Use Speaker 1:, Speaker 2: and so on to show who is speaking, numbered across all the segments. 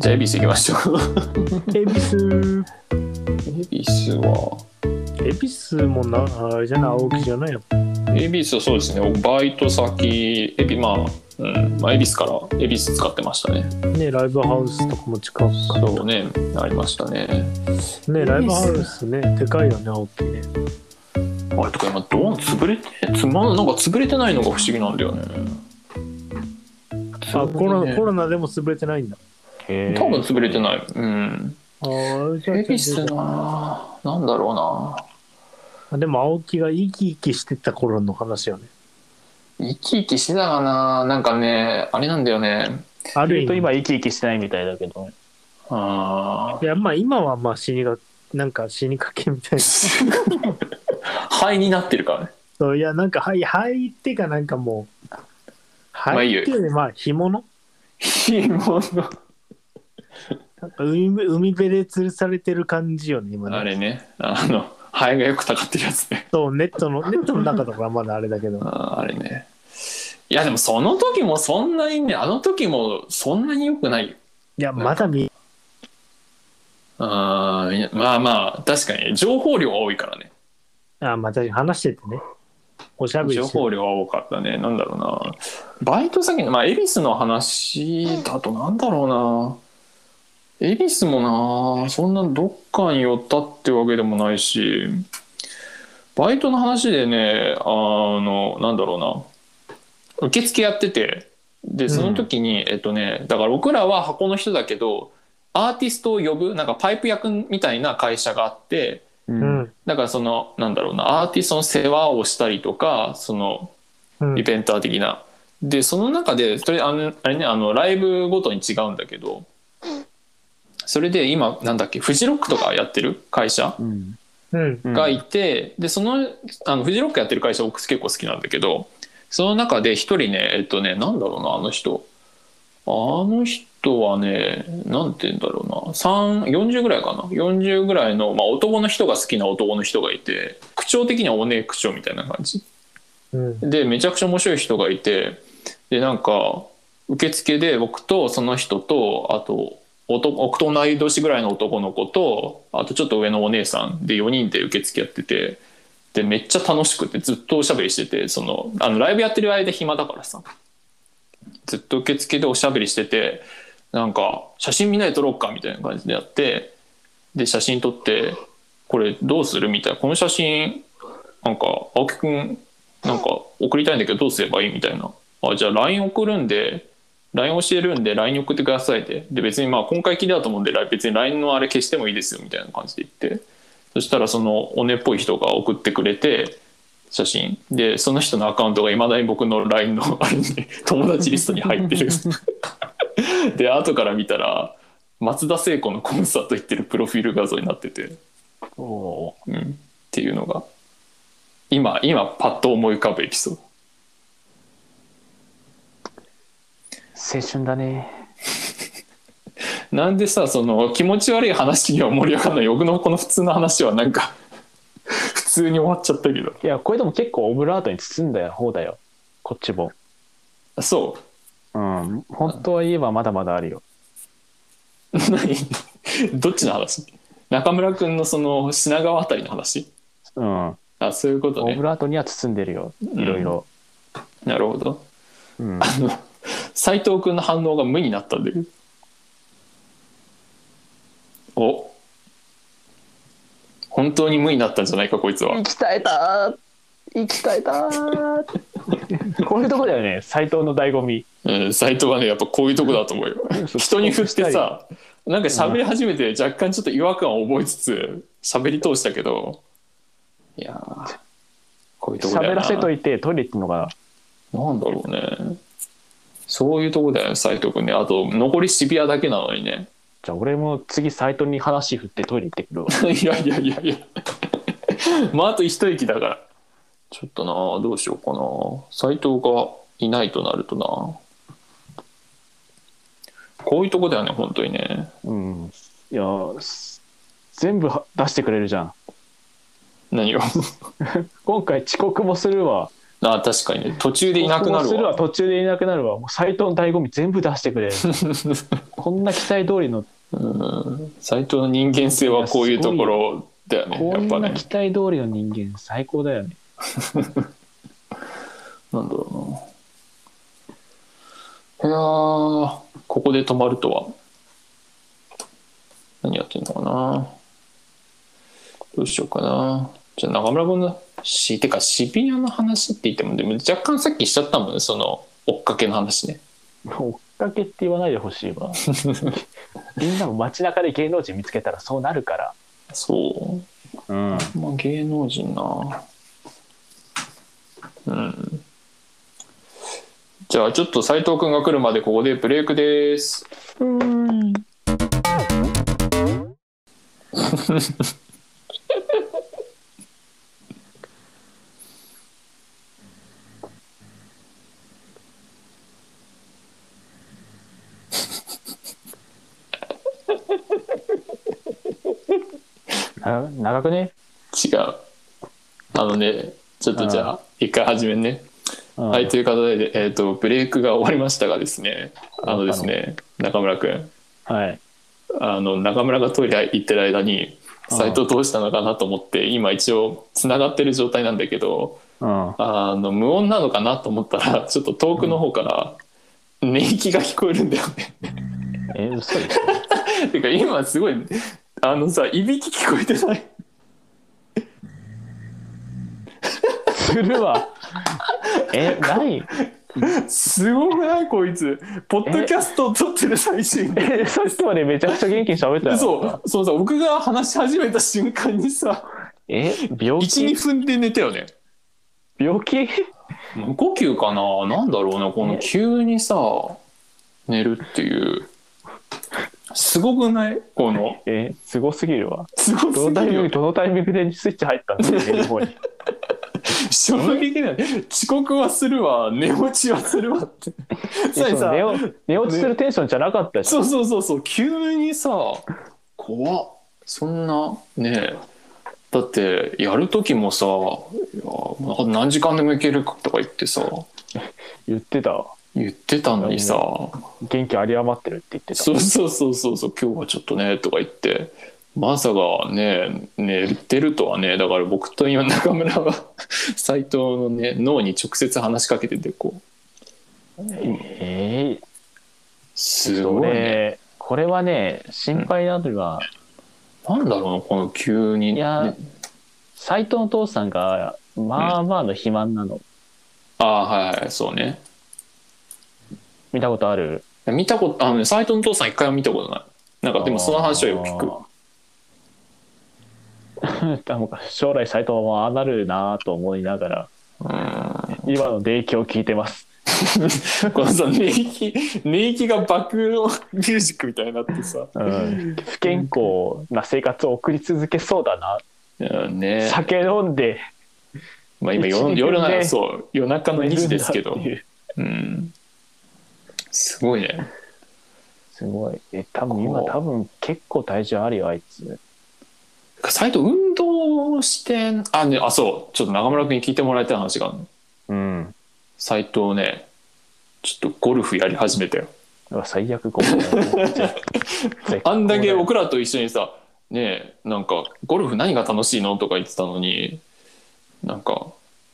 Speaker 1: じゃあ恵比寿行きましょう
Speaker 2: 恵比寿
Speaker 1: 恵比寿は
Speaker 2: 恵比寿もなあれじゃない青木じゃないよ
Speaker 1: 恵比寿はそうですねバイト先恵比まあうんまあ、恵比寿から恵比寿使ってましたね。
Speaker 2: ねライブハウスとかも近くか
Speaker 1: そうね、ありましたね。
Speaker 2: ねライブハウスねでかいよね青木ね
Speaker 1: あれとか今どう潰れてつまんなんか潰れてないのが不思議なんだよね
Speaker 2: あコロナコ
Speaker 1: ナ
Speaker 2: ロナでも潰れてないんだ
Speaker 3: へ
Speaker 1: 多分
Speaker 3: ー
Speaker 1: 潰れてないうん
Speaker 2: あーじゃあ
Speaker 1: 恵比寿ななんだろ
Speaker 2: でも青木が生き生きしてた頃の話よね
Speaker 1: うな生き生きしてたかななんかねあれなんだよね
Speaker 2: ある
Speaker 3: 意
Speaker 2: 意
Speaker 3: 外と
Speaker 2: 味
Speaker 3: 今生き生きしてないみたいだけどね
Speaker 1: あ
Speaker 2: いやまあ今はまあ死にがなんか死にかけみたいな
Speaker 1: ー肺になってるから ね
Speaker 2: そういやなんかはいはいってかなんかもう
Speaker 1: あ
Speaker 2: はい
Speaker 1: いよ
Speaker 2: っていうよりまあ干物
Speaker 1: ひも
Speaker 2: なんか海辺海辺で吊るされてる感じよね今
Speaker 1: の
Speaker 2: ね
Speaker 1: あれねあの肺がよくたかってるやつね
Speaker 2: そうネットのネットの中とかはまだあれだけど
Speaker 1: あーあれねいやでもその時もそんなにねあの時もそんなに良くないよ
Speaker 2: いやまだ見
Speaker 1: あーいやまあまあ確かに情報量が多いからね
Speaker 2: あまた話しててねおしゃべり
Speaker 1: 情
Speaker 2: して
Speaker 1: 報量が多かったねなんだろうなバイト先のまあ恵比寿の話だとなんだろうな恵比寿もなそんなどっかに寄ったってわけでもないしバイトの話でねあのなんだろうな受付やっててでその時に、えっとねだから僕らは箱の人だけどアーティストを呼ぶなんかパイプ役みたいな会社があって、
Speaker 3: う
Speaker 2: うんん
Speaker 1: だからそのなんだろうなアーティストの世話をしたりとかその
Speaker 2: うん
Speaker 1: イベンター的な、でその中でそれあのあれねあのライブごとに違うんだけどそれで今なんだっけフジロックとかやってる会社
Speaker 3: うん
Speaker 2: うん
Speaker 3: うん
Speaker 1: がいて、でそのあのフジロックやってる会社僕結構好きなんだけどその中で一人ねえっとねなんだろうなあの人あの人はねなんて言うんだろうな3 40ぐらいかな40ぐらいの、まあ、男の人が好きな男の人がいて口調的にはおねえ口調みたいな感じ
Speaker 2: うん
Speaker 1: でめちゃくちゃ面白い人がいてでなんか受付で僕とその人とあと男と同い年ぐらいの男の子とあとちょっと上のお姉さんで4人で受付やっててでめっちゃ楽しくてずっとおしゃべりしててそのあのライブやってる間暇だからさずっと受付でおしゃべりしててなんか写真みんなで撮ろうかみたいな感じでやってで写真撮ってこれどうするみたいなこの写真なんか青木くんなんか送りたいんだけどどうすればいいみたいなあじゃあ LINE 送るんで LINE 教えるんで LINE 送ってくださいってで別にまあ今回きりだと思うんで別に LINE のあれ消してもいいですよみたいな感じで言ってそしたらそのおねっぽい人が送ってくれて写真でその人のアカウントがいまだに僕の LINE のあれに友達リストに入ってるで後から見たら松田聖子のコンサート行ってるプロフィール画像になってて、
Speaker 3: お
Speaker 1: う
Speaker 3: ー
Speaker 1: ん、っていうのが今今パッと思い浮かぶエピソード
Speaker 3: 青春だね
Speaker 1: なんでさその気持ち悪い話には盛り上がらない僕のこの普通の話はなんか 普通に終わっちゃったけど
Speaker 3: いやこれでも結構オブラートに包んだ方だよこっちも
Speaker 1: そ
Speaker 3: うん本当は言えばまだまだあるよ
Speaker 1: う 何どっちの話中村君のその品川あたりの話
Speaker 3: うんオ
Speaker 1: あそういうこと
Speaker 3: ブ
Speaker 1: ね
Speaker 3: ラートには包んでるよいろいろ
Speaker 1: なるほど
Speaker 3: うん
Speaker 1: あの斎藤君の反応が無になったんだけどお本当に無になったんじゃないかこいつは
Speaker 3: きたえた生きたえたこういうとこだよね斎藤の醍醐味
Speaker 1: うん斎藤はねやっぱこういうとこだと思うよ人に振ってさなんか喋り始めて若干ちょっと違和感を覚えつつ喋り通したけどいやーこういうとこだ
Speaker 3: 喋
Speaker 1: よな
Speaker 3: らせといてトイレ行ってんのか
Speaker 1: なんだろうねそういうとこだよね斎藤君ねあと残り渋谷だけなのにね
Speaker 3: じゃあ俺も次斎藤に話振ってトイレ行ってくるわ
Speaker 1: いやいやいやいやまああと一息だからちょっとなどうしようかな斎藤がいないとなるとなこういうとこだよね本当にね
Speaker 3: うんいやす全部は出してくれるじゃん
Speaker 1: 何を
Speaker 3: 今回遅刻もするわ
Speaker 1: あ確かにね途中でいなくな
Speaker 3: 僕も
Speaker 1: る
Speaker 3: する
Speaker 1: わ
Speaker 3: わ途中でいなくなるわもう斎藤の醍醐味全部出して くれこんな期待通りの
Speaker 1: うん斎藤の人間性はこういうところだよね
Speaker 3: こ
Speaker 1: やっ
Speaker 3: ん
Speaker 1: ぱ
Speaker 3: な
Speaker 1: ね
Speaker 3: 期待通りの人間最高だよね
Speaker 1: なんだろうな。いやー、ここで止まるとは。何やってんのかな。どうしようかな。じゃあ中村君のし、てかシビアの話って言っても、でも若干さっきしちゃったもんね、その追っかけの話ね。
Speaker 3: 追っかけって言わないでほしいわみんなも街中で芸能人見つけたらそうなるから
Speaker 1: そう。
Speaker 3: うん
Speaker 1: まあ、芸能人なうんじゃあちょっと斉藤君が来るまでここでブレイクです
Speaker 3: な長くね、
Speaker 1: 違うあのねちょっとじゃあ一回始めんね
Speaker 3: うん
Speaker 1: はいという形で、えー、とブレイクが終わりましたがですねあのですね中村君
Speaker 3: はい
Speaker 1: あの中村がトイレ行ってる間に斉藤どうしたのかなと思って今一応つながってる状態なんだけど
Speaker 3: うん
Speaker 1: あの無音なのかなと思ったらちょっと遠くの方から寝息が聞こえるんだよね。
Speaker 3: え嘘でしょ
Speaker 1: てか今すごいあのさいびき聞こえてない。
Speaker 3: するわえ何
Speaker 1: すごくないこいつポッドキャストを撮ってる最新で。
Speaker 3: えさっきまでめちゃくちゃ元気に喋ったよ
Speaker 1: そうそうさ僕が話し始めた瞬間にさ
Speaker 3: え病
Speaker 1: 12
Speaker 3: 気
Speaker 1: 分で寝たよね。
Speaker 3: 病気
Speaker 1: 無呼吸かななんだろうなこの急にさ寝るっていう。すごくないこの
Speaker 3: えすごすぎるわ
Speaker 1: すご
Speaker 3: ど
Speaker 1: す
Speaker 3: の
Speaker 1: ぎ
Speaker 3: タイ
Speaker 1: る
Speaker 3: ミ
Speaker 1: よ
Speaker 3: ングどのタイミングでスイッチ入ったんですか 寝る方に
Speaker 1: 衝撃だよね遅刻はするわ寝落ちはするわって
Speaker 3: いや
Speaker 1: さ
Speaker 3: その寝
Speaker 1: さ
Speaker 3: 落寝落ちするテンションじゃなかったし、
Speaker 1: そうそうそうそう急にさ怖っそんなねえだってやる時もさいやもう何時間でもいけるとか言ってさ
Speaker 3: 言ってたわ
Speaker 1: 言ってたのにさ
Speaker 3: 元気有り余ってるって言ってた
Speaker 1: そうそうそうそうそう今日はちょっとねとか言ってまさかね寝てるとはねだから僕と今中村は 斎藤のね脳に直接話しかけててこう
Speaker 3: え
Speaker 1: す
Speaker 3: ー、
Speaker 1: ご
Speaker 3: そ
Speaker 1: いね
Speaker 3: れこれはね心配なのは
Speaker 1: なんだろうなこの急に
Speaker 3: いや
Speaker 1: ね
Speaker 3: 斎藤の父さんがまあまあの肥満なの、
Speaker 1: ああはいはいそうね
Speaker 3: 見たことある
Speaker 1: 見たことあのね斎藤の父さん一回も見たことないなんかでもその話はよく聞 く
Speaker 3: く将来斎藤はああなるなぁと思いながら今の電気を聞いてます
Speaker 1: このさ寝息寝息が爆音ミュージックみたいになってさ
Speaker 3: うん不健康な生活を送り続けそうだな、
Speaker 1: いや ね
Speaker 3: 酒飲んで
Speaker 1: まあ今夜
Speaker 3: 一
Speaker 1: 夜な
Speaker 3: 日ね
Speaker 1: そう夜中の2時ですけ
Speaker 3: 寝
Speaker 1: ど
Speaker 3: るんだっていう
Speaker 1: うんすごいね
Speaker 3: すごいえ多分今
Speaker 1: こう
Speaker 3: 多分結構体重あるよあいつ
Speaker 1: 斎藤運動してあ,、ね、あそうちょっと中村君に聞いてもらいたい話があるの
Speaker 3: うん
Speaker 1: 斎藤ねちょっとゴルフやり始めたよ
Speaker 3: うわ最 悪ごめん
Speaker 1: あんだけ僕らと一緒にさ「ねえなんかゴルフ何が楽しいの?」とか言ってたのになんか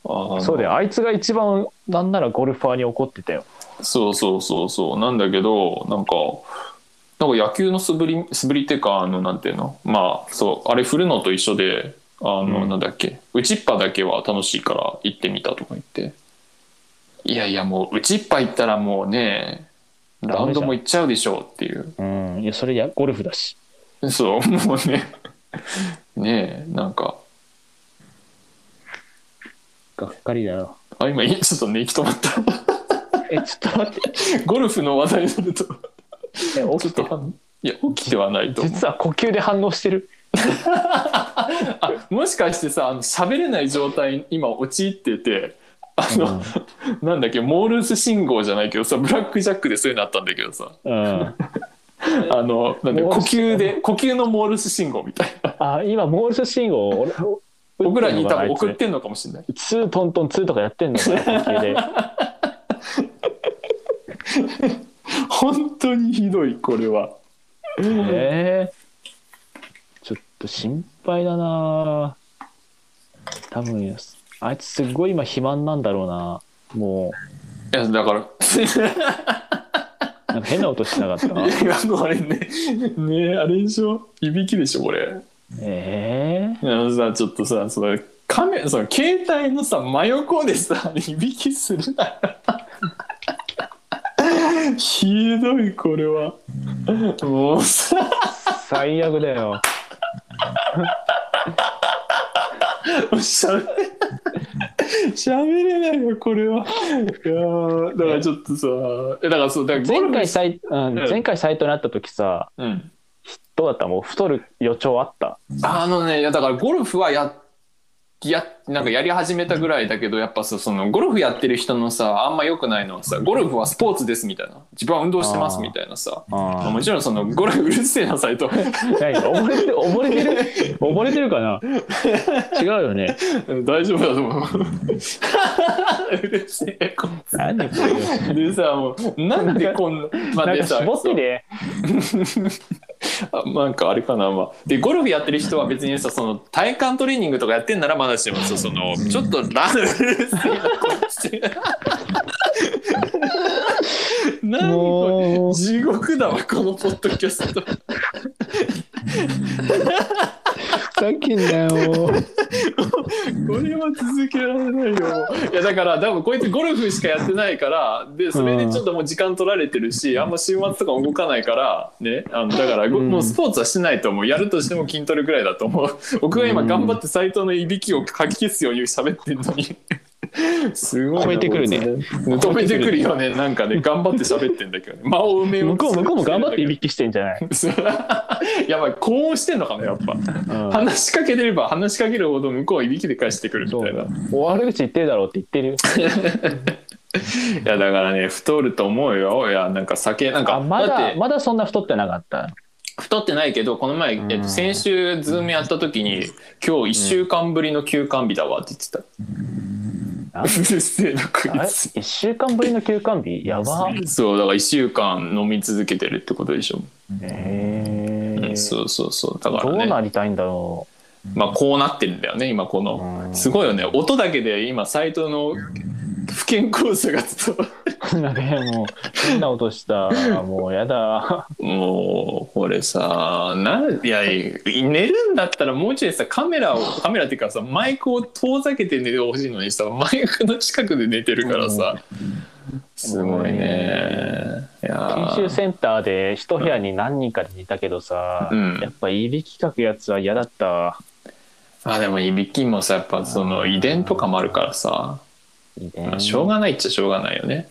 Speaker 1: あ
Speaker 3: そうだ
Speaker 1: よ
Speaker 3: よあいつが一番なんならゴルファーに怒ってたよ
Speaker 1: そうそうそうそうなんだけどなんかなんか野球の素振り素振りっていうかあのなんていうのまあそうあれ振るのと一緒であの、
Speaker 3: うん
Speaker 1: なんだっけ打ちっぱだけは楽しいから行ってみたとか言っていやいやもう打ちっぱ行ったらもうねラウンドも行っちゃうでしょうっていう
Speaker 3: うんいやそれやゴルフだし
Speaker 1: そう、もうね、 ねえ、なんか、
Speaker 3: がっかり だよ
Speaker 1: あ、今、いちょっとね、行き止まった。
Speaker 3: えちょっと待って
Speaker 1: ゴルフの話題になると、
Speaker 3: え
Speaker 1: ち
Speaker 3: 起
Speaker 1: ょっ
Speaker 3: きて
Speaker 1: と、いや、起きてはないと思う。
Speaker 3: 実は呼吸で反応してる
Speaker 1: あ、もしかしてさ、あの喋れない状態に今、陥ってて、あの、なんだっけ、モールス信号じゃないけどさ、ブラックジャックでそういうのあったんだけどさ、
Speaker 3: うん
Speaker 1: あの、なんで、
Speaker 3: モ
Speaker 1: 呼
Speaker 3: ールス
Speaker 1: 吸で、呼吸のモールス信号みたいな。
Speaker 3: あ今モールス信号俺
Speaker 1: 僕らに多分
Speaker 3: 打ってんの
Speaker 1: 送ってんのか
Speaker 3: かな
Speaker 1: もしれない
Speaker 3: あいつ2トントン2とかやってんのかな関係で
Speaker 1: 本当にひどいこれは
Speaker 3: えーちょっと心配だな多分あいつすっごい今肥満なんだろうなも
Speaker 1: いやだ から
Speaker 3: うなんか変な音しなかった
Speaker 1: いやこれねねあれでしょいびきでしょこれ
Speaker 3: ええ
Speaker 1: いやさちょっとさそのカメその携帯のさ真横でさいびきするなよひどいこれはもうさ
Speaker 3: 最悪だよ
Speaker 1: しゃべしゃべれないよこれはいやーだからちょっとさえだからそうだからゴル
Speaker 3: 前
Speaker 1: フ
Speaker 3: 回サイ、うん、前回サイトになった時さ
Speaker 1: うん、
Speaker 3: どうだったもう太る予兆あった
Speaker 1: あのねいやだからゴルフはややなんかやり始めたぐらいだけどやっぱさそのゴルフやってる人のさあんま良くないのはさゴルフはスポーツですみたいな自分は運動してますみたいなさ
Speaker 3: あ
Speaker 1: もちろんそのゴルフうるせえなサイト
Speaker 3: 何溺れて溺れてる 溺れてるかな違うよね
Speaker 1: 大丈夫だと思う うるせえこ
Speaker 3: 何これ
Speaker 1: でさもうなんでこんなまあ
Speaker 3: なん
Speaker 1: で
Speaker 3: か
Speaker 1: さ
Speaker 3: 絞ってで
Speaker 1: あ なんかあれかな、まあ、でゴルフやってる人は別にさその体幹トレーニングとかやってんならまだしもさそのちょっとラン何こ
Speaker 3: も
Speaker 1: れ
Speaker 3: う
Speaker 1: 地獄だわこのポッドキャスト
Speaker 3: ふざけんな よ
Speaker 1: これは続けられないよいやだから多分こいつゴルフしかやってないからでそれでちょっともう時間取られてるしあんま週末とかも動かないからねあのだからご
Speaker 3: うん
Speaker 1: もうスポーツはしないと思うやるとしても筋トレぐらいだと思う僕が今頑張って斎藤のいびきをかき消す余裕喋ってんのにすごいな
Speaker 3: 超えてくるね
Speaker 1: こいつね止めてくるよねなんかね頑張って喋ってんだけどね間を埋めよ
Speaker 3: 向こう向こうも頑張っていび
Speaker 1: き
Speaker 3: きしてんじゃな い、
Speaker 1: やばいこうしてんのかなやっぱ
Speaker 3: うん、
Speaker 1: 話しかけてれば話しかけるほど向こうはいびきで返してくるみ
Speaker 3: そ
Speaker 1: た
Speaker 3: う
Speaker 1: い
Speaker 3: だ
Speaker 1: な。
Speaker 3: お悪口言ってるだろうって言ってるよ
Speaker 1: いやだからね太ると思うよいやなんか酒なんか
Speaker 3: あま
Speaker 1: だっ
Speaker 3: だ
Speaker 1: て
Speaker 3: まだそんな太ってなかった
Speaker 1: 太ってないけどこの前、
Speaker 3: うん
Speaker 1: えっと、先週ズームやった時に今日1週間ぶりの休館日だわって言ってた、
Speaker 3: あ
Speaker 1: うるせえなこ
Speaker 3: あれ
Speaker 1: いつ
Speaker 3: 1週間ぶりの休館日やば
Speaker 1: そうだから1週間飲み続けてるってことでしょ、
Speaker 3: へ
Speaker 1: うん
Speaker 3: え
Speaker 1: そうそうそうだか
Speaker 3: どう
Speaker 1: ら
Speaker 3: な
Speaker 1: ね
Speaker 3: りたいんだろ
Speaker 1: まあこうなってるんだよね今この、
Speaker 3: うん
Speaker 1: すごいよね音だけで今サイトの不健康さが伝わる
Speaker 3: う なんかねもう変な音したもうやだ
Speaker 1: もうこれさなんいやいや寝るんだったらもうちょいさカメラをカメラっていうかさマイクを遠ざけて寝てほしいのにさマイクの近くで寝てるからさ、すごいねいや
Speaker 3: 研修センターで一部屋に何人かでいたけどさ、
Speaker 1: うん
Speaker 3: やっぱいびきかくやつは嫌だった
Speaker 1: あでもいびきもさやっぱその遺伝とかもあるからさ、
Speaker 3: いいね
Speaker 1: しょうがないっちゃしょうがないよね、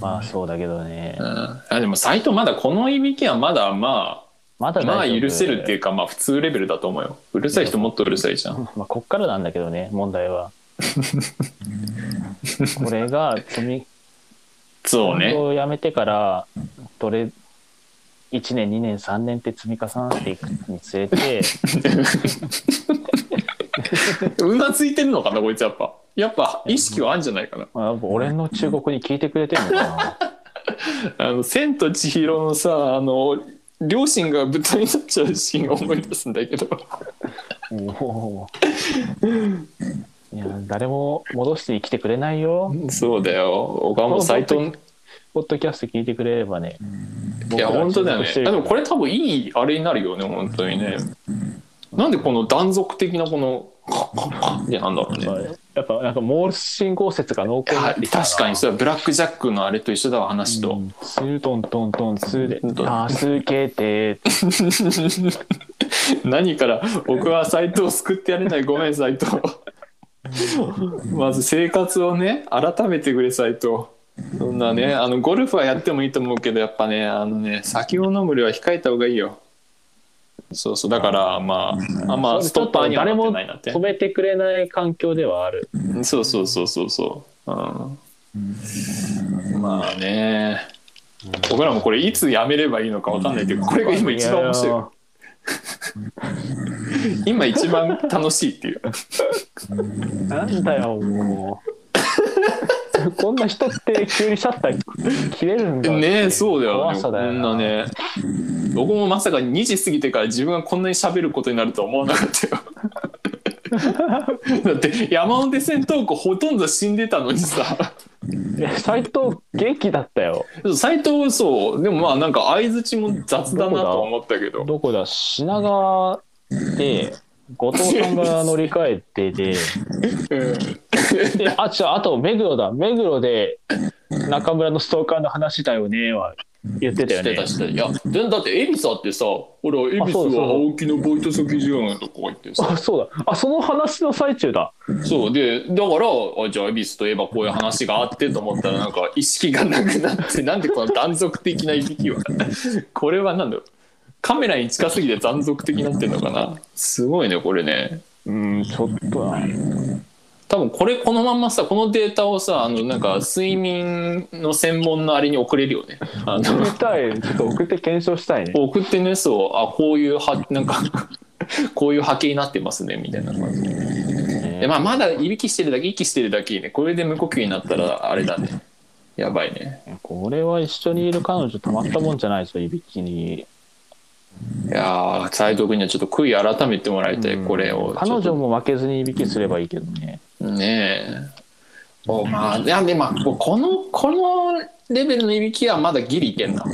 Speaker 3: まあそうだけどね
Speaker 1: うん、あでも斎藤まだこのいびきはまだま
Speaker 3: まだ
Speaker 1: あ
Speaker 3: 大
Speaker 1: まあ
Speaker 3: 丈夫
Speaker 1: 許せるっていうかまあ普通レベルだと思うようるさい人もっとうるさいじゃん
Speaker 3: まあ、こっからなんだけどね問題はこれが積み
Speaker 1: そう
Speaker 3: 運
Speaker 1: ね
Speaker 3: 動をやめてからどれ1年2年3年って積み重なっていくにつれて
Speaker 1: うなずいてるのかなこいつやっぱやっぱ意識はあるんじゃないかな
Speaker 3: まあ俺の忠告に聞いてくれてるのか
Speaker 1: あの「千と千尋」のさあの両親が豚になっちゃうシーンを思い出すんだけど
Speaker 3: なもういや誰も戻してきてくれないよ
Speaker 1: そうだよ岡本斎藤
Speaker 3: ポッドキャスト聞いてくれればね
Speaker 1: いや本当だよね
Speaker 3: 僕らは忠告して
Speaker 1: あ
Speaker 3: るけ
Speaker 1: で
Speaker 3: ど
Speaker 1: もこれ多分いいあれになるよね本当にねなんでこの断続的なこのカッカッカッ ってなんだろうね
Speaker 3: まあやっぱなんかモールス信号説が濃
Speaker 1: い
Speaker 3: 厚にな
Speaker 1: や
Speaker 3: ってきたな
Speaker 1: 確かにそれはブラック・ジャックのあれと一緒だわ話と、
Speaker 3: うんスートントントンスーで
Speaker 1: トン
Speaker 3: 「助けて」
Speaker 1: 何から僕は斎藤を救ってやれないごめん斎藤まず生活をね改めてくれ斎藤そんなねあのゴルフはやってもいいと思うけどやっぱねあのね酒を飲む量は控えた方がいいよそうそうだからまああまあストッパーにはなっ
Speaker 3: 誰
Speaker 1: て
Speaker 3: も
Speaker 1: ないなって
Speaker 3: 止めてくれない環境では ある
Speaker 1: そうそうそうそうそう、うん、まあね僕らもこれいつやめればいいのかわかんないけどこれが今一番面白い今一番楽しいって いう
Speaker 3: なんだよもうこんな人って急にシャッター切れるんだって
Speaker 1: ねえそうだよ
Speaker 3: 怖
Speaker 1: ね
Speaker 3: さだよ
Speaker 1: こんなね僕もまさか2時過ぎてから自分がこんなに喋ることになるとは思わなか ったよだって山手線トークほとんど死んでたのにさ
Speaker 3: 斎藤元気だったよ
Speaker 1: 斎藤そうでもまあなんか相づちも雑だなと思ったけど
Speaker 3: どこだ品川で後藤さんが乗り換えててであ違うあと目黒だ目黒で中村のストーカーの話だよねは言ってたよ
Speaker 1: して
Speaker 3: ね
Speaker 1: たしてたいやでだって恵比寿ってさ俺は恵比
Speaker 3: あ
Speaker 1: 寿
Speaker 3: そうだそう
Speaker 1: は
Speaker 3: だ
Speaker 1: 青木のバイト先じゃんとか言ってさ
Speaker 3: あそうだあその話の最中だ
Speaker 1: そうでだからあじゃあ恵比寿といえばこういう話があってと思ったらなんか意識がなくなってなんでこの断続的ないびきは これはなんだろうカメラに近すぎて断続的になってんのかなすごいねこれね
Speaker 3: うんちょっとな
Speaker 1: 多分これこのまんまさこのデータをさあのなんか睡眠の専門のあれに送れるよねあの
Speaker 3: 送りたいちょっと送って検証したいね
Speaker 1: 送ってねそうあこういうはなんかこういう波形になってますねみたいな感じで、まあ、まだいびきしてるだけ息してるだけいいねこれで無呼吸になったらあれだねやばいね
Speaker 3: これは一緒にいる彼女たまったもんじゃないですよいびきに
Speaker 1: いやー斎藤君にはちょっと悔い改めてもらいたい、これを
Speaker 3: 彼女も負けずにいびきすればいいけどね
Speaker 1: ねえおまあいやでまあこのこのレベルのいびきはまだギリいけんな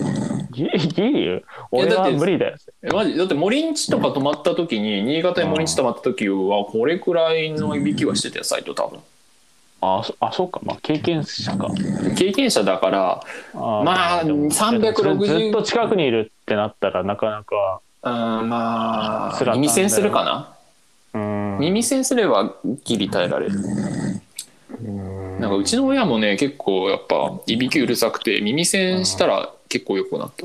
Speaker 3: ギリギリ俺
Speaker 1: だっ
Speaker 3: は
Speaker 1: て
Speaker 3: 無理だよ
Speaker 1: えマジだって森んちとか泊まった時に新潟に森んち泊まった時はこれくらいのいびきはしてたよ斎藤多
Speaker 3: あそあそうかまあ経験者か
Speaker 1: 分経験者だから
Speaker 3: あー
Speaker 1: まあ
Speaker 3: でも
Speaker 1: 360
Speaker 3: ずっと近くにいるってなったらなかなか
Speaker 1: うんまあ
Speaker 3: 辛かったんだよ
Speaker 1: 耳栓するかな
Speaker 3: うん
Speaker 1: 耳栓すればギリ耐えられるなんかうちの親もね結構やっぱいびきうるさくて耳栓したら結構よくなった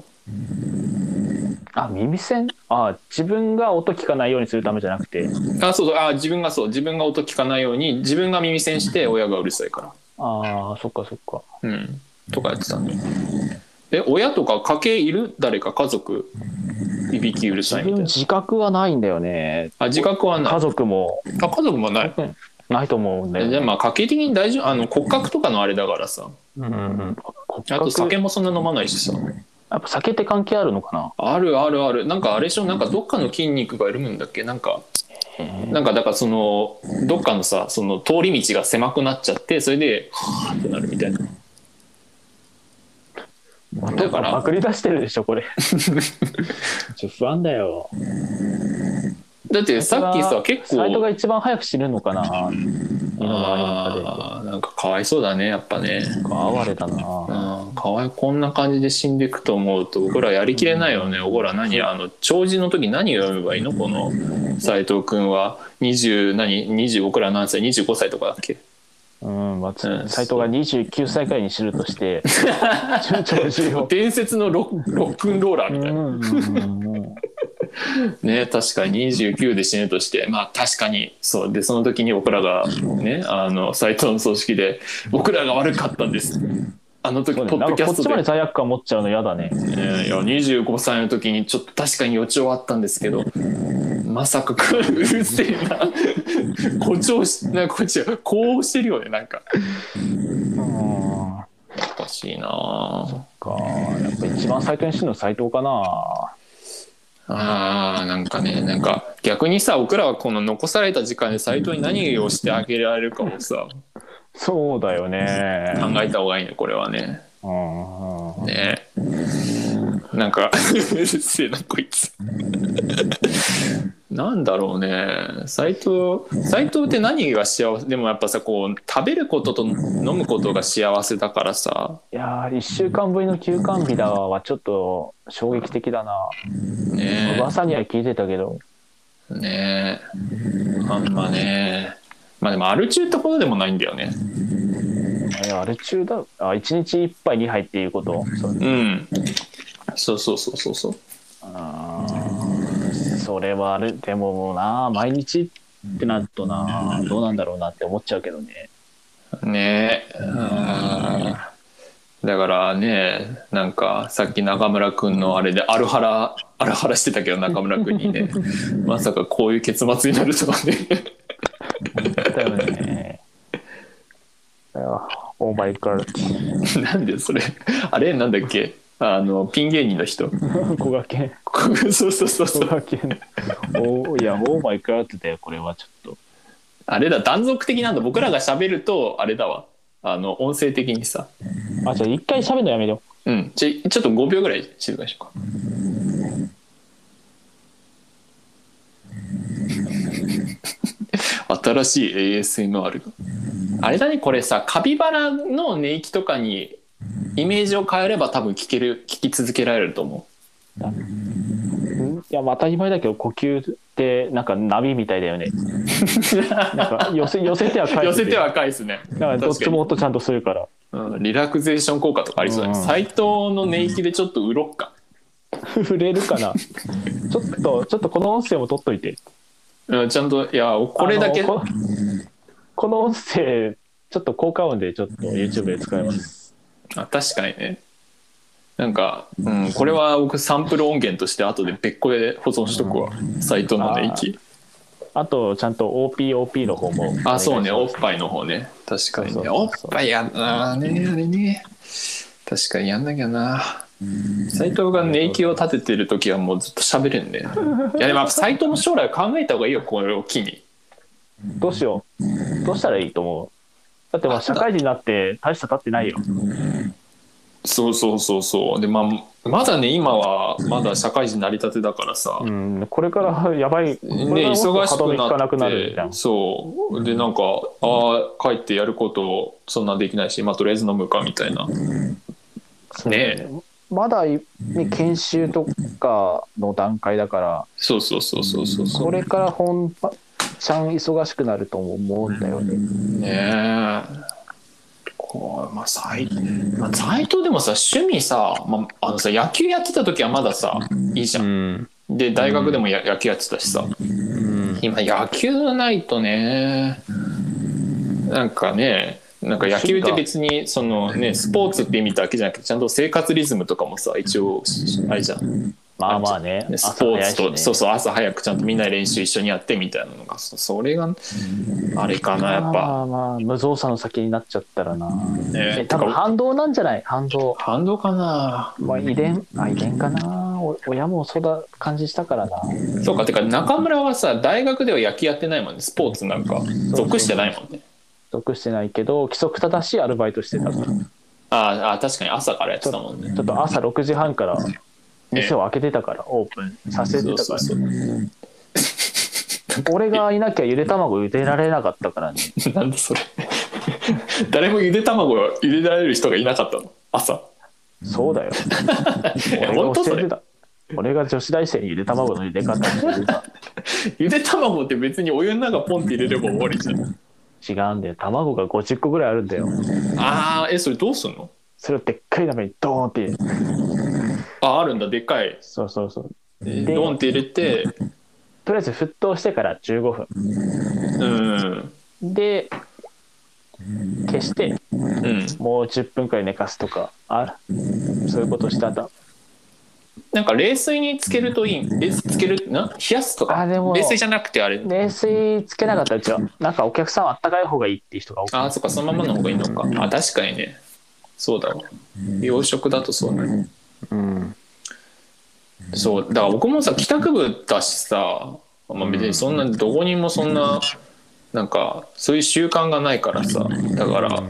Speaker 3: あ耳栓あ自分が音聞かないようにするためじゃなくて
Speaker 1: あそうそうあ自分がそう自分が音聞かないように自分が耳栓して親がうるさいか
Speaker 3: ああそっかそっから
Speaker 1: うんとかやってたんでえ親とか家計いる誰か家族いびきうるさい
Speaker 3: 自
Speaker 1: みた
Speaker 3: 分
Speaker 1: いな
Speaker 3: 自覚はないんだよね
Speaker 1: あ自覚はない
Speaker 3: 家族も
Speaker 1: あ家族もない
Speaker 3: ないと思うんだよ
Speaker 1: じゃあ
Speaker 3: ね
Speaker 1: まあ家計的に大丈夫あの骨格とかのあれだからさ
Speaker 3: うん骨
Speaker 1: あと
Speaker 3: 格
Speaker 1: 酒もそんな飲まないしさ
Speaker 3: やっぱ酒って関係あるのかな
Speaker 1: あるあるあるなんかあれでしょなんかどっかの筋肉が緩むんだっけなんかなんかだからそのどっかのさその通り道が狭くなっちゃってそれではーってなるみたいなだか
Speaker 3: パ
Speaker 1: ら
Speaker 3: クり出してるでしょ これちょっと不安だよ
Speaker 1: だってさっきさ結
Speaker 3: サイトが
Speaker 1: 構
Speaker 3: 一番早く死ぬのかな身の回りの中
Speaker 1: あーなんかかわいそうだねやっぱね
Speaker 3: でなんか哀れだ
Speaker 1: う
Speaker 3: なん
Speaker 1: かわいこんな感じで死んでいくと思うと僕らやりきれないよね僕ら何あの弔辞の時何を読めばいいのこの斎藤君は20何20僕ら何歳25歳とかだっけ
Speaker 3: うん、まあ、斎
Speaker 1: うん
Speaker 3: 藤が29歳くらいに死ぬとして 長寿を
Speaker 1: 伝説のロロックンローラーみ
Speaker 3: うん
Speaker 1: た
Speaker 3: う
Speaker 1: いな、
Speaker 3: んうんうん
Speaker 1: ね確かに29で死ぬとしてまあ確かにそうでその時に僕らがねあの斎藤の葬式で僕らが悪かったんですあの時
Speaker 3: そ
Speaker 1: ポッ
Speaker 3: うねな
Speaker 1: ド
Speaker 3: ん
Speaker 1: キャ
Speaker 3: かこ
Speaker 1: ス
Speaker 3: っち
Speaker 1: ト
Speaker 3: まで
Speaker 1: で、
Speaker 3: 罪悪感持っちゃうの嫌だね
Speaker 1: ねいや25歳の時にちょっと確かに予兆はあったんですけどまさかうるせえな誇張しなんかこっちはこうしてるよねなんか
Speaker 3: うん
Speaker 1: おかしいなあ
Speaker 3: かやっぱ一番最初に死ぬの斎藤かな
Speaker 1: あーなんかねなんか逆にさ僕らはこの残された時間で斎藤に何をしてあげられるかもさ
Speaker 3: そうだよね
Speaker 1: 考えた方がいいねこれはね
Speaker 3: うんうん
Speaker 1: ねなんか うるせえなこいつなんだろうね斎藤斎藤って何が幸せでもやっぱさこう食べることと飲むことが幸せだからさ
Speaker 3: いやー1週間ぶりの休館日だはちょっと衝撃的だな
Speaker 1: ね
Speaker 3: 噂には聞いてたけど
Speaker 1: ねあんまねまあでもアル中ってほどでもないんだよね
Speaker 3: えあれ中だあ1日1杯2杯っていうことそう
Speaker 1: うんそうそうそうそうそう
Speaker 3: あーそれはあれでももうな毎日ってなるとな どうなんだろうなって思っちゃうけどね
Speaker 1: ねえあーだからねなんかさっき中村君のあれでアルハラアルハラしてたけど中村君にねまさかこういう結末になるとはね
Speaker 3: だよね。いやオーマイガー
Speaker 1: なんでそれあれなんだっけあのピン芸人の人
Speaker 3: ド。小賀健。
Speaker 1: そうそうそうそ
Speaker 3: 小
Speaker 1: う
Speaker 3: 賀健。おいや、オーマイガードだよ、これはちょっと。
Speaker 1: あれだ断続的なんだ僕らが喋るとあれだわあの音声的にさ
Speaker 3: あ、じゃあ一回喋るのやめよ
Speaker 1: うんちちょっと5秒ぐらい静かにしよう か新しい ASMR があれだねこれさカピバラの寝息とかにイメージを変えれば多分聞ける聞き続けられると思
Speaker 3: う。んいや、まあ当たり前だけど、呼吸って、なんか波みたいだよね。なんか寄せ、寄せては返
Speaker 1: う
Speaker 3: す。
Speaker 1: 寄せて。は返すね
Speaker 3: なんかどっ
Speaker 1: 確
Speaker 3: ち
Speaker 1: かに
Speaker 3: も音ちゃんとするから。
Speaker 1: うんリラクゼーション効果とかありそうだね
Speaker 3: うん
Speaker 1: 斎、藤の寝息でちょっとうろっか
Speaker 3: 触れるかな。ちょっと、ちょっとこの音声も取っといて。
Speaker 1: うんちゃんといやこれだけ
Speaker 3: あのここの音声、ちょっと効果音でちょっと YouTube で使います。
Speaker 1: あ確かにねなんか、うん、これは僕サンプル音源として後で別個で保存しとくわサイトのね
Speaker 3: あー
Speaker 1: 息
Speaker 3: あと、ちゃんと OPOP の方も。
Speaker 1: あそうねおっぱいの方ね確かに
Speaker 3: そう
Speaker 1: ね
Speaker 3: そ
Speaker 1: お
Speaker 3: う
Speaker 1: っ
Speaker 3: そう
Speaker 1: ぱいやあーねあれね確かにやんなきゃな斎藤が寝息を立ててる時はもうずっと喋れんねいやでもやっぱ斎藤の将来を考えた方がいいよこれを機に
Speaker 3: どうしよう。どうしたらいいと思うだってまあ社会人になって大した経ってないよ。
Speaker 1: そうそうそうそうでまあまだね今はまだ社会人成り立てだからさ、
Speaker 3: うん、これから やばい。これから
Speaker 1: ね、忙し
Speaker 3: 歯止め
Speaker 1: く
Speaker 3: 効か
Speaker 1: な
Speaker 3: な
Speaker 1: っ
Speaker 3: くなるじゃん
Speaker 1: て。そうでなんかああ帰ってやることそんなできないし、まあ、とりあえず飲むかみたいなね
Speaker 3: まだ、ね、研修とかの段階だから、
Speaker 1: そうそうそうそうそうそ
Speaker 3: こ
Speaker 1: う
Speaker 3: れから本番、ちゃん忙しくなると思うんだよね。
Speaker 1: ねえこうまあ斎、まあ、斎藤でもさ趣味さ、まあ、あのさ野球やってた時はまださいいじゃん
Speaker 3: ん。
Speaker 1: で大学でもや野球やってたしさ今野球ないとねなんかねなんか野球って別にそのねスポーツって意味だけじゃなくてちゃんと生活リズムとかもさ一応あれじゃん
Speaker 3: まあまあね。
Speaker 1: スポーツと、そう
Speaker 3: そ
Speaker 1: そう朝早くちゃんとみんなで練習一緒にやってみたいなのがそそれがあれかなやっぱ
Speaker 3: まあまあ、無造作の先になっちゃったらな。え
Speaker 1: ね
Speaker 3: 多分反動なんじゃない反動。
Speaker 1: 反動かな
Speaker 3: まあ、遺伝、あ、遺伝かな。お親もそうだ感じしたからな。
Speaker 1: そうかてか中村はさ大学では野球やってないもんねスポーツなんか属してないもんね
Speaker 3: 属してないけど、規則正しいアルバイトしてたから。ち
Speaker 1: あーあー確かに朝からやってたもんね
Speaker 3: ょっと朝6時半から店を開けてたから、オープンさせてた
Speaker 1: そ
Speaker 3: か
Speaker 1: う
Speaker 3: ら。
Speaker 1: そうそう
Speaker 3: 俺がいなきゃゆで卵茹でられなかったからね。
Speaker 1: なんでそれ誰もゆで卵をゆでられる人がいなかったの朝
Speaker 3: そうだよ。俺
Speaker 1: 本
Speaker 3: が
Speaker 1: 当そ
Speaker 3: 教え
Speaker 1: れ
Speaker 3: てた。俺が女子大生にゆで卵の茹で方を教えてた。
Speaker 1: ゆで卵って別にお湯の中ポンって入れれば終わりじゃん
Speaker 3: 違うんだよ。卵が50個ぐらいあるんだよ。
Speaker 1: あーえそれどうすんの
Speaker 3: それをでっかい鍋にドーンって入れる。
Speaker 1: ああるんだでっかい
Speaker 3: そうそうそう。
Speaker 1: え
Speaker 3: で
Speaker 1: ドンって入れて
Speaker 3: とりあえず沸騰してから15分。
Speaker 1: うん
Speaker 3: で、消して、
Speaker 1: うん
Speaker 3: もう10分くらい寝かすとか、あそういうことしたんだ。
Speaker 1: なんか冷水につけるといい冷水つけるな冷やすとか
Speaker 3: あでも
Speaker 1: 冷水じゃなくてあれ
Speaker 3: 冷水つけなかったうちは、なんかお客さんはあったかい方がいいっていう人が多く
Speaker 1: ああそっかそのままの方がいいのかあ確かにねそうだわ洋食だとそうなる
Speaker 3: うん。
Speaker 1: そうだから僕もさ帰宅部だしさ、まあ、別にそんなどこにもそんななんかそういう習慣がないからさだから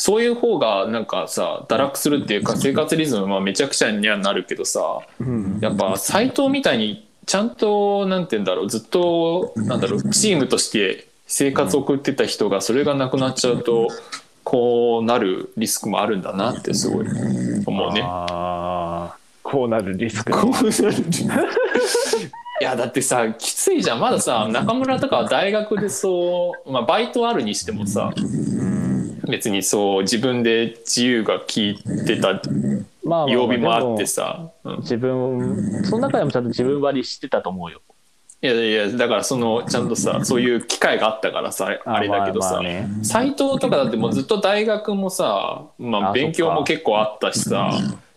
Speaker 1: そういう方がなんかさ堕落するっていうか生活リズムはめちゃくちゃにはなるけどさ
Speaker 3: うん。
Speaker 1: やっぱ斎藤みたいにちゃんとなんて言うんだろうずっとなんだろうチームとして生活を送ってた人がそれがなくなっちゃうとこうなるリスクもあるんだなってすごい思うね。
Speaker 3: ああ、こうなるリスク。
Speaker 1: こうなるいやだってさきついじゃんまださ中村とかは大学でそう、まあ、バイトあるにしてもさ別にそう自分で自由が利いてた
Speaker 3: まあまあまあ
Speaker 1: 曜日もあって
Speaker 3: で
Speaker 1: さ、うん
Speaker 3: 自分、その中でもちゃんと自分割りしてたと思うよ。
Speaker 1: いやいやだからそのちゃんとさそういう機会があったからさあれだけどさ、
Speaker 3: まあまあね
Speaker 1: 斎藤とかだってもうずっと大学もさ、まあ、
Speaker 3: あ
Speaker 1: 勉強も結構あったしさ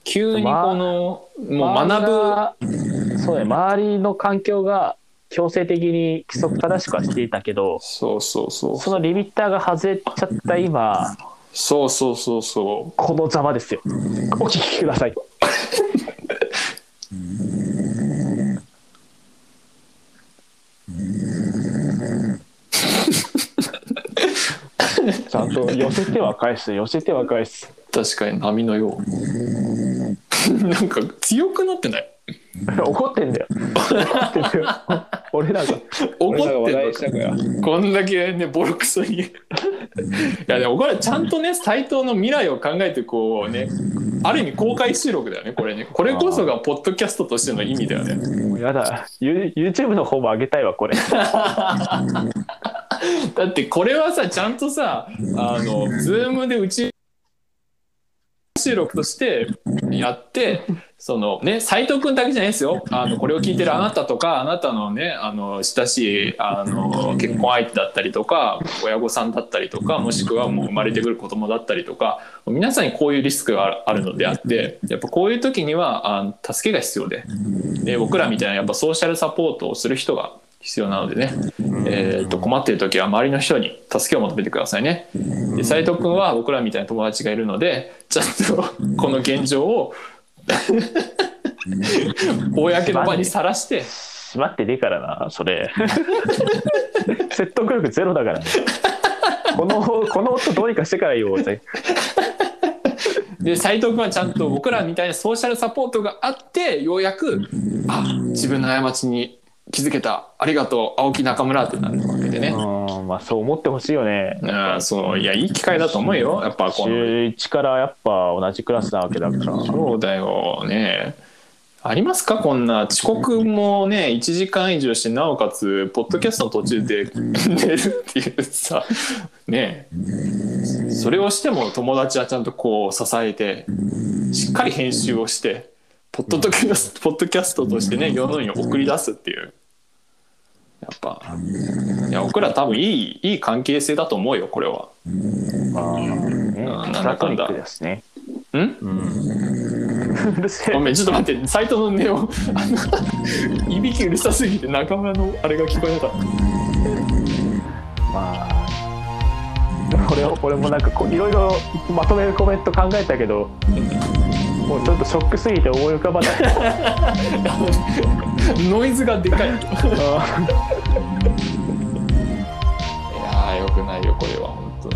Speaker 1: 急にこの、もう学
Speaker 3: 学ぶそうね周りの環境が強制的に規則正しくはしていたけど
Speaker 1: ぶそうそうそう
Speaker 3: そのリミッターが外れちゃった今
Speaker 1: そうそうそうそ
Speaker 3: このざまですよお聞きくださいちゃんと寄せては返す寄せては返
Speaker 1: う
Speaker 3: す
Speaker 1: 確かに波のようなんか強くなってない
Speaker 3: 怒ってんだよ怒ってんだよ俺らが
Speaker 1: 怒ってんの
Speaker 3: 俺らが
Speaker 1: か
Speaker 3: 話題したから
Speaker 1: こんだけねボロクソにいやでもこれちゃんとね斎藤の未来を考えてこうねある意味公開収録だよねこれねこれこそがポッドキャストとしての意味だよね
Speaker 3: もうやだ You- YouTube の方も上げたいわこれ
Speaker 1: だってこれはさちゃんとさあの Zoom でうち収録としてやってそのね斎藤君だけじゃないですよあのこれを聞いてるあなたとかあなたのねあの親しいあの結婚相手だったりとか親御さんだったりとかもしくはもう生まれてくる子供だったりとか皆さんにこういうリスクがあるあるのであってやっぱこういう時にはあの助けが必要でで僕らみたいなやっぱソーシャルサポートをする人が必要なのでね、えー、と困っている時は周りの人に助けを求めてくださいね。で斉藤君は僕らみたいな友達がいるのでちゃんとこの現状を公の場にさらして
Speaker 3: 閉まってねえからなそれ 説得力ゼロだからねこのこの音どうにかしてから言おうぜ
Speaker 1: で斉藤君はちゃんと僕らみたいなソーシャルサポートがあってようやくあ自分の過ちに気づけたありがとう青木中村ってなるわけでね
Speaker 3: う。んまあそう思ってほしいよね
Speaker 1: あーそういやいい機会だと思うよやっぱこの
Speaker 3: 週1からやっぱ同じクラスなわけだから
Speaker 1: そうだよね。ありますかこんな遅刻もね1時間以上してなおかつポッドキャストの途中で寝るっていうさねえそれをしても友達はちゃんとこう支えてしっかり編集をしてポッドキャストポッドキャストとしてね世の中に送り出すっていうやっぱいや僕ら多分いいいい関係性だと思うよこれは。
Speaker 3: まあね
Speaker 1: なんだかんだ
Speaker 3: プラトニックですね
Speaker 1: ん
Speaker 3: うるせ
Speaker 1: ご
Speaker 3: え
Speaker 1: めんちょっと待ってサイトの音をあのいびきうるさすぎて中村のあれが聞こえなかっ
Speaker 3: まあ俺俺もなんかこういろいろまとめるコメント考えたけどもうちょっとショックすぎて思い浮かばない
Speaker 1: たノイズがでかいいやーよくないよこれは本当に